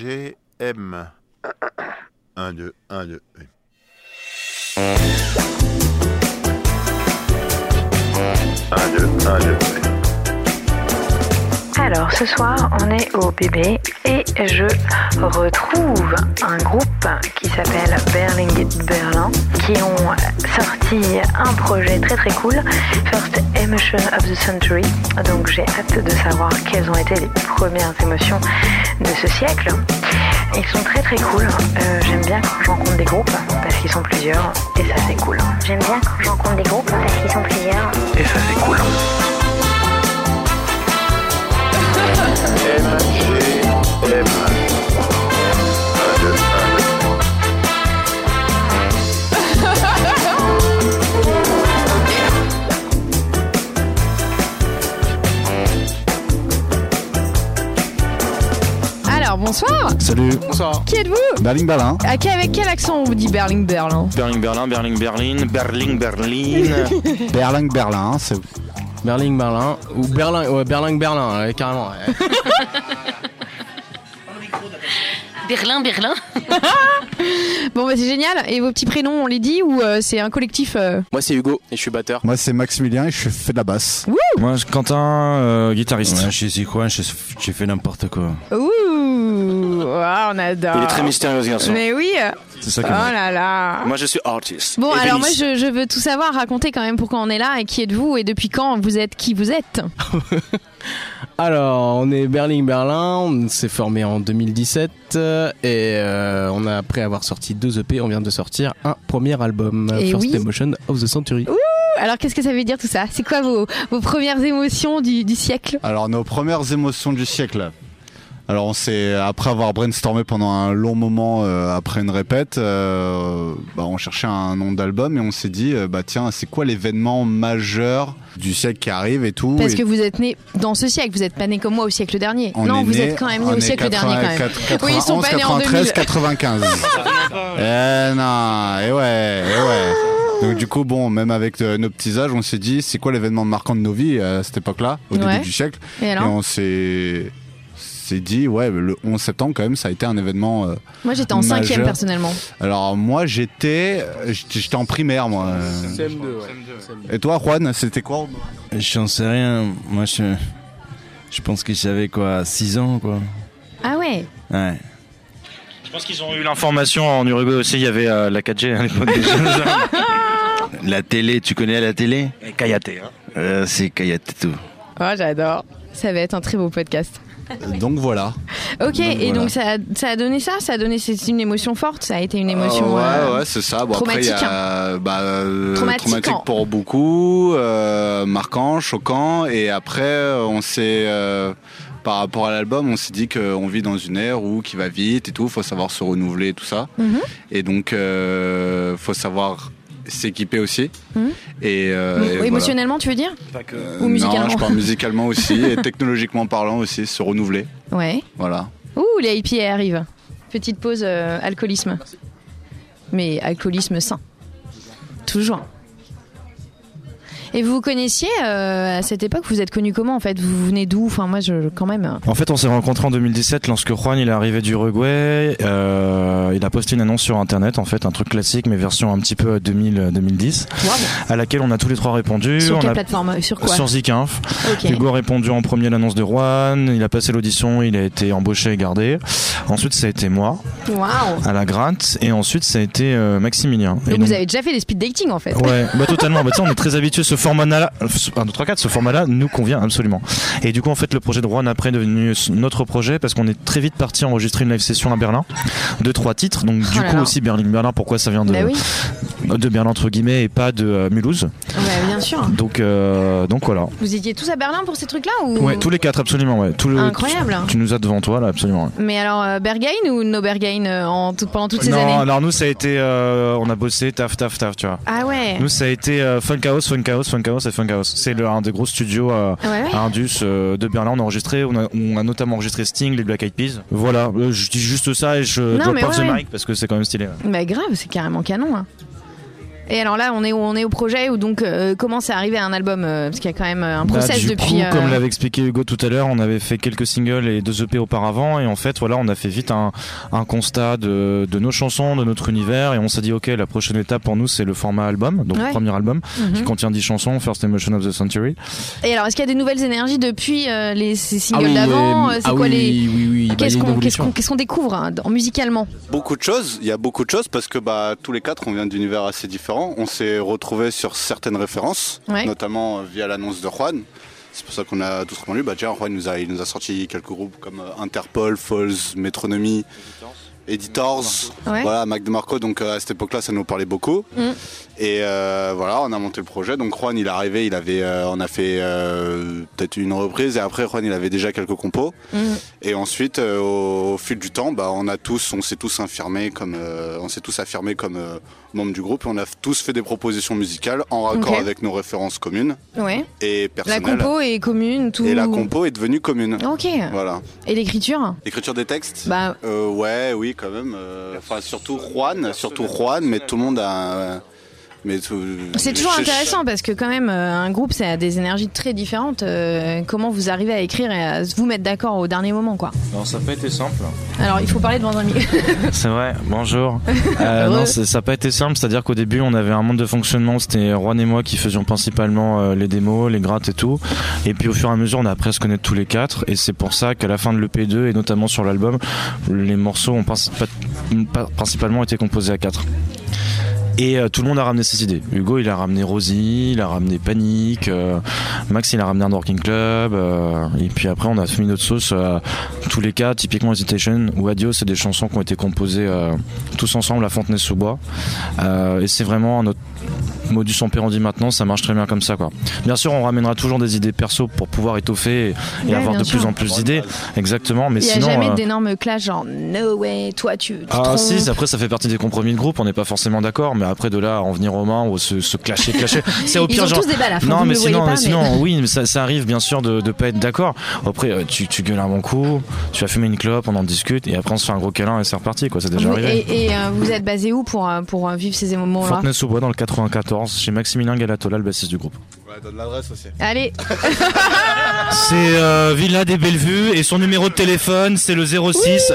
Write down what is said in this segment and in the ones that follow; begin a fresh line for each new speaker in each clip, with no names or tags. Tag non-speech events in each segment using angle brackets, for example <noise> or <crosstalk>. MGM. 1, 2, 1, 2. Un, deux, un, deux.
Alors ce soir, on est au bébé et je retrouve un groupe qui s'appelle Berling Berlin qui ont sorti un projet très très cool, First Emotion of the Century. Donc j'ai hâte de savoir quelles ont été les premières émotions de ce siècle. Ils sont très très cool. Euh, j'aime bien quand je rencontre des groupes parce qu'ils sont plusieurs et ça c'est cool. J'aime bien quand je rencontre des groupes parce qu'ils sont plusieurs
Et ça c'est cool.
MGM. 1, 2, 1, 2.
Alors bonsoir,
Salut,
Bonsoir.
qui êtes-vous
Berling Berlin.
À quel- Avec quel accent on vous dit Berling hein? Berlin
Berlin, Berlin, Berlin, Berlin, Berlin, Berlin.
Berling Berlin, c'est
Berling Berlin ou Berlin ouais Berling Berlin ouais, carrément ouais.
Berlin, Berlin.
Bon bah c'est génial, et vos petits prénoms on les dit ou euh, c'est un collectif euh
<laughs> Moi c'est Hugo et je suis batteur.
moi c'est Maximilien et je fais de la basse.
Moi, je- Quentin, euh, guitariste.
Ouais, je sais quoi, je- j'ai fait n'importe quoi.
Ouh, Ouah, on adore
Il est très mystérieux ce garçon.
Mais oui,
C'est ça
oh
que moi.
là là
Moi je suis artiste.
Bon,
Et
alors moi
Denis.
je, je veux tout savoir, racontez quand même pourquoi on est là et qui êtes-vous et depuis quand vous êtes qui vous êtes.
Alors on est Berling Berlin, on s'est formé en 2017 euh, et euh, on a après avoir sorti deux EP, on vient de sortir un premier album euh,
Et
First
oui.
Emotion of the Century.
Alors qu'est-ce que ça veut dire tout ça C'est quoi vos, vos premières émotions du, du siècle
Alors nos premières émotions du siècle. Alors on s'est après avoir brainstormé pendant un long moment euh, après une répète, euh, bah, on cherchait un nom d'album et on s'est dit euh, bah tiens c'est quoi l'événement majeur du siècle qui arrive et tout.
Parce
Et
que vous êtes né dans ce siècle, vous êtes pas né comme moi au siècle dernier.
on
non,
est
vous
né-
êtes quand même né
on
au
est
siècle dernier quand même.
84,
Oui, ils sont pas
91,
nés en
93,
2000.
95. eh non, et ouais, eh ouais. Donc du coup, bon, même avec euh, nos petits âges, on s'est dit, c'est quoi l'événement marquant de nos vies euh, à cette époque-là, au
Ouais.
début du siècle
Et
Et
alors
on s'est s'est dit, ouais, le 11 septembre quand même, ça a été un événement. euh,
Moi j'étais en cinquième
majeur.
personnellement.
Alors moi, j'étais, euh, j'étais j'étais en primaire, moi. Euh, Et toi, Juan, c'était quoi
Euh, J'en sais rien. Moi, je, je pense que j'avais quoi, 6 ans, quoi.
Ah ouais
Ouais.
Je pense qu'ils ont eu l'information en Uruguay aussi, il y avait euh, la 4G à l'époque des
<laughs>
La télé, tu connais la télé
Kayate. Hein.
Euh, C'est Kayate tout.
Oh j'adore. Ça va être un très beau podcast.
Donc voilà.
Ok,
Donc,
et
voilà.
donc ça, a- ça a donné ça Ça a donné c'est une émotion forte Ça a été une émotion
Euh, ouais,
euh,
ouais, c'est ça. Bon, après, il y
traumatique, hein.
a, bah, euh,
Traumatique,
traumatique,
hein.
pour beaucoup, euh, marquant, choquant. Et après, euh, on s'est, euh, par rapport à l'album, on s'est dit qu'on vit dans une ère où qui va vite et tout, faut savoir se renouveler et tout ça.
Mhm.
Et donc, euh, faut savoir s'équiper aussi.
Mhm.
Et, euh, et voilà.
émotionnellement, tu veux dire
Euh,
ou musicalement
Non, je parle musicalement aussi
<laughs>
et technologiquement parlant aussi, se renouveler.
Ouais.
Voilà.
Ouh, les hippies arrivent. Petite pause euh, alcoolisme. Mais alcoolisme sain. Toujours. Et vous vous connaissiez euh, à cette époque Vous êtes connu comment en fait Vous venez d'où Enfin, moi, je, quand même. euh,
En fait, on s'est rencontrés en 2017 lorsque Juan il est arrivé d'Uruguay. Euh, il a posté une annonce sur internet, en fait, un truc classique, mais version un petit peu euh, 2000-2010, à laquelle on a tous les trois répondu.
euh, Sur
on
quelle
a-
plateforme Sur quoi
sur Zikinf.
Ok.
Hugo a répondu en premier à l'annonce de Juan, il a passé l'audition, il a été embauché et gardé. Ensuite, ça a été moi,
Waouh
à la gratte, et ensuite, ça a été euh, Maximilien. Et
Donc,
donc-
vous avez déjà fait des speed dating en fait.
Ouais, bah totalement. Bah, tu sais, on est très habitué ce format-là. ce- Un, deux, trois, quatre, ce format-là nous convient absolument. Et du coup, en fait, le projet de Rouen après est devenu s- notre projet parce qu'on est très vite parti enregistrer une live session à Berlin. Deux, trois titres. Donc, du
Oh là
coup,
là.
aussi Berlin, Berlin, pourquoi ça vient de,
Bah oui,
de Berlin entre guillemets et pas de euh, Mulhouse.
ouais, bien sûr.
Donc, euh, donc voilà.
Vous étiez tous à Berlin pour ces trucs-là ou
Ouais, tous les quatre, absolument. Ouais. Tout le,
Mmh. Incroyable.
Tu, tu nous as devant toi, là, absolument. ouais.
Mais alors euh, Berghain ou no Berghain euh, en tout- pendant toutes ces
non,
années
alors nous, ça a été. euh, on a bossé, taf, taf, taf, tu vois.
Ah ouais.
Nous, ça a été euh, Funk House, Funk House, Funk House et Funk House. C'est le- un des gros studios. euh,
Ah ouais, ouais.
à Indus euh, de Berlin. On a enregistré, on a, on a notamment enregistré Sting, les Black Eyed Peas. Voilà, euh, je dis juste ça et je
Non,
drop
mais
off
ouais,
the
ouais.
mic parce que c'est quand même stylé.
Bah grave, c'est carrément canon. hein. Et alors là, on est, où on est au projet où donc euh, comment c'est arrivé à un album euh, Parce qu'il y a quand même euh, un
Bah,
process
du
depuis.
coup,
euh,
comme l'avait expliqué Hugo tout à l'heure, on avait fait quelques singles et deux EP auparavant, et en fait, voilà, on a fait vite un, un constat de, de nos chansons, de notre univers, et on s'est dit, ok, la prochaine étape pour nous, c'est le format album, donc
Ouais.
le premier album, qui
mhm.
contient 10 chansons, First Emotion of the Century.
Et alors, est-ce qu'il y a des nouvelles énergies depuis euh, les ces
Ah
singles
oui,
d'avant
euh,
euh, C'est
ah
quoi
oui,
les
oui, oui, oui, bah, il y a
Qu'est-ce
une
qu'on qu'est-ce
évolution.
qu'on- qu'est-ce qu'on découvre hein, dans- musicalement
Beaucoup de choses, il y a beaucoup de choses parce que bah, tous les quatre on vient d'univers assez différents. On s'est retrouvés sur certaines références,
Ouais.
notamment euh, via l'annonce de Juan. C'est pour ça qu'on a tous connu. Bah, déjà, Juan nous a, il nous a sorti quelques groupes comme euh, Interpol, Falls, Metronomy, Editors,
Ouais.
voilà, Mac DeMarco. Donc euh, à cette époque-là, ça nous parlait beaucoup.
Mm.
Et euh, voilà, on a monté le projet. Donc Juan, il est arrivé, il avait, euh, on a fait euh, peut-être une reprise et après, Juan, il avait déjà quelques compos.
Mhm.
Et ensuite, euh, au, au fil du temps, bah, on a tous, on s'est tous affirmés comme, euh, on s'est tous affirmés comme euh, membres du groupe. Et on a tous fait des propositions musicales en raccord
Ok.
avec nos références communes
Ouais.
et
La
personnelles.
compo est commune, tout.
Et la compo est devenue commune.
Ok.
Voilà.
Et l'écriture
Écriture des textes.
Bah
Euh, ouais, oui, quand même. euh, Enfin, surtout Juan, surtout Juan, mais tout le monde a. euh, Mais tout-
c'est toujours
je-
intéressant parce que quand même euh, un groupe ça a des énergies très différentes. euh, comment vous arrivez à écrire et à vous mettre d'accord au dernier moment quoi
Non, ça n'a pas été simple.
Alors il faut parler devant un micro.
<laughs> C'est vrai, bonjour. Euh, non, c'est- ça n'a pas été simple, c'est-à-dire qu'au début, on avait un monde de fonctionnement, c'était Juan et moi qui faisions principalement euh, les démos, les grattes et tout. Et puis au fur et à mesure, on a appris à se connaître tous les quatre, et c'est pour ça qu'à la fin de l'EP2, et notamment sur l'album, les morceaux ont principa- pas- principalement été composés à quatre. Et euh, tout le monde a ramené ses idées. Hugo, il a ramené Rosie, il a ramené Panique, euh, Max, il a ramené un Dorking Club, euh, et puis après, on a mis notre sauce. euh, tous les cas, typiquement Hesitation ou Adios, c'est des chansons qui ont été composées euh, tous ensemble à Fontenay-sous-Bois. Euh, et c'est vraiment notre modus operandi maintenant, ça marche très bien comme ça. Quoi. Bien sûr, on ramènera toujours des idées perso pour pouvoir étoffer et, et
Ouais,
avoir
bien
de
sûr.
plus en plus d'idées. Exactement,
<laughs>
mais
Il n'y a
sinon.
jamais
euh,
d'énormes clashs genre no way, toi tu, tu
ah
trompes.
si, après ça fait partie des compromis de groupe, on n'est pas forcément d'accord, mais après de là à en venir aux mains ou se, se clasher,
<laughs>
clasher, c'est au
Ils
pire
ont
genre...
tous des balles à fond,
Non,
vous
mais
le voyez
sinon,
pas,
mais
mais-
sinon, oui, mais ça, ça arrive bien sûr de ne pas être d'accord. Après, euh, tu, tu gueules un bon coup, tu vas fumer une clope, on en discute, et après on se fait un gros câlin et c'est reparti, quoi. C'est déjà
Vous-
arrivé.
Et, et, euh, vous êtes basé où pour, euh, pour euh, vivre ces moments-là
Fontenay-sous-Bois dans le 94, chez Maximilien Galatola, le bassiste du groupe.
Ouais, donne l'adresse aussi.
Allez,
C'est euh, Villa des Bellevues, et son numéro de téléphone, c'est le 06.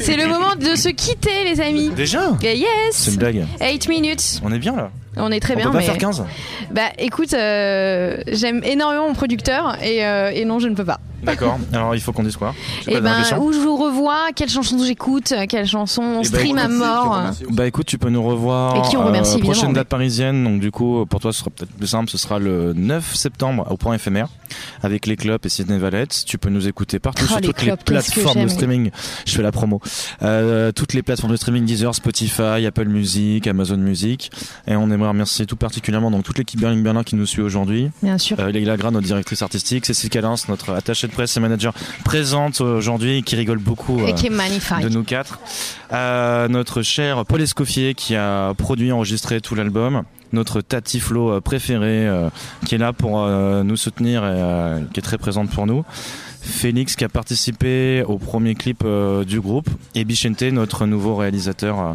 c'est le moment de se quitter les amis.
Déjà
Eh,
C'est
Yes
une blague.
8 minutes.
On est bien là
On est très
On
bien
peut pas
mais <laughs>
faire 15
bah écoute, euh, j'aime énormément mon producteur et, euh, et non, je ne peux pas.
D'accord, alors il faut qu'on dise quoi Je
Et
sais pas, j'ai
ben
l'impression.
où je vous revois, quelles chansons j'écoute, euh, quelles chansons on
ben,
stream à mort.
Bah écoute, tu peux nous revoir. euh,
Et qui on remercie, évidemment,
Prochaine
mais-
date parisienne, donc du coup, pour toi, ce sera peut-être plus simple. Ce sera le 9 septembre au point éphémère avec les clubs et Sydney Valette. Tu peux nous écouter partout
Oh,
sur
les
toutes
clubs,
les
qu'est-ce que
plateformes de
j'aime.
streaming. Je fais la promo. Euh, toutes les plateformes de streaming Deezer, Spotify, Apple Music, Amazon Music. Et on aimerait remercier tout particulièrement donc toute l'équipe Berlin Berlin qui nous suit aujourd'hui.
Bien sûr.
Euh, Leïla Gra, notre directrice artistique, Cécile Calins, notre attachée de presse et manager présente aujourd'hui et qui rigole beaucoup.
Et
euh,
qui est magnifique.
de nous quatre. Euh, notre cher Paul Escoffier qui a produit et enregistré tout l'album. Notre Tati Flo euh, préférée euh, qui est là pour euh, nous soutenir et euh, qui est très présente pour nous. Félix qui a participé au premier clip euh, du groupe. Et Bichente, notre nouveau réalisateur. euh,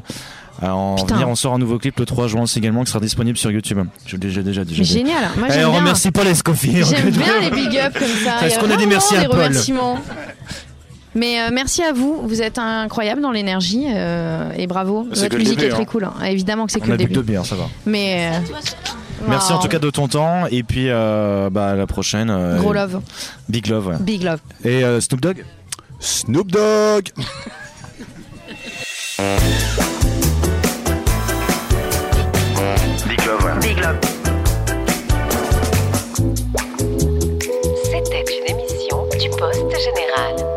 à en
Putain.
venir. on sort un nouveau clip le 3 juin aussi également qui sera disponible sur YouTube. Je l'ai j'ai déjà dit. j'ai dit.
Génial. Moi
Eh,
j'aime
on
bien.
remercie Paul Escoffier.
J'aime
<laughs>
bien les big ups comme ça.
Parce
Il y
qu'on a dit
vraiment
merci à Paul.
remerciements. Mais euh, merci à vous, vous êtes incroyable dans l'énergie euh, et bravo.
C'est
Votre
que le
musique
début,
est très
hein.
cool. hein. Évidemment que c'est que
On a
le
bu
début.
deux bières, ça va.
Mais euh,
Merci
wow.
en tout cas de ton temps et puis euh, bah, à la prochaine. euh,
Gros love,
Big Love, ouais.
big love.
Et euh, Snoop Dogg
Snoop Dogg.
Big Love. C'était une émission du Poste Général.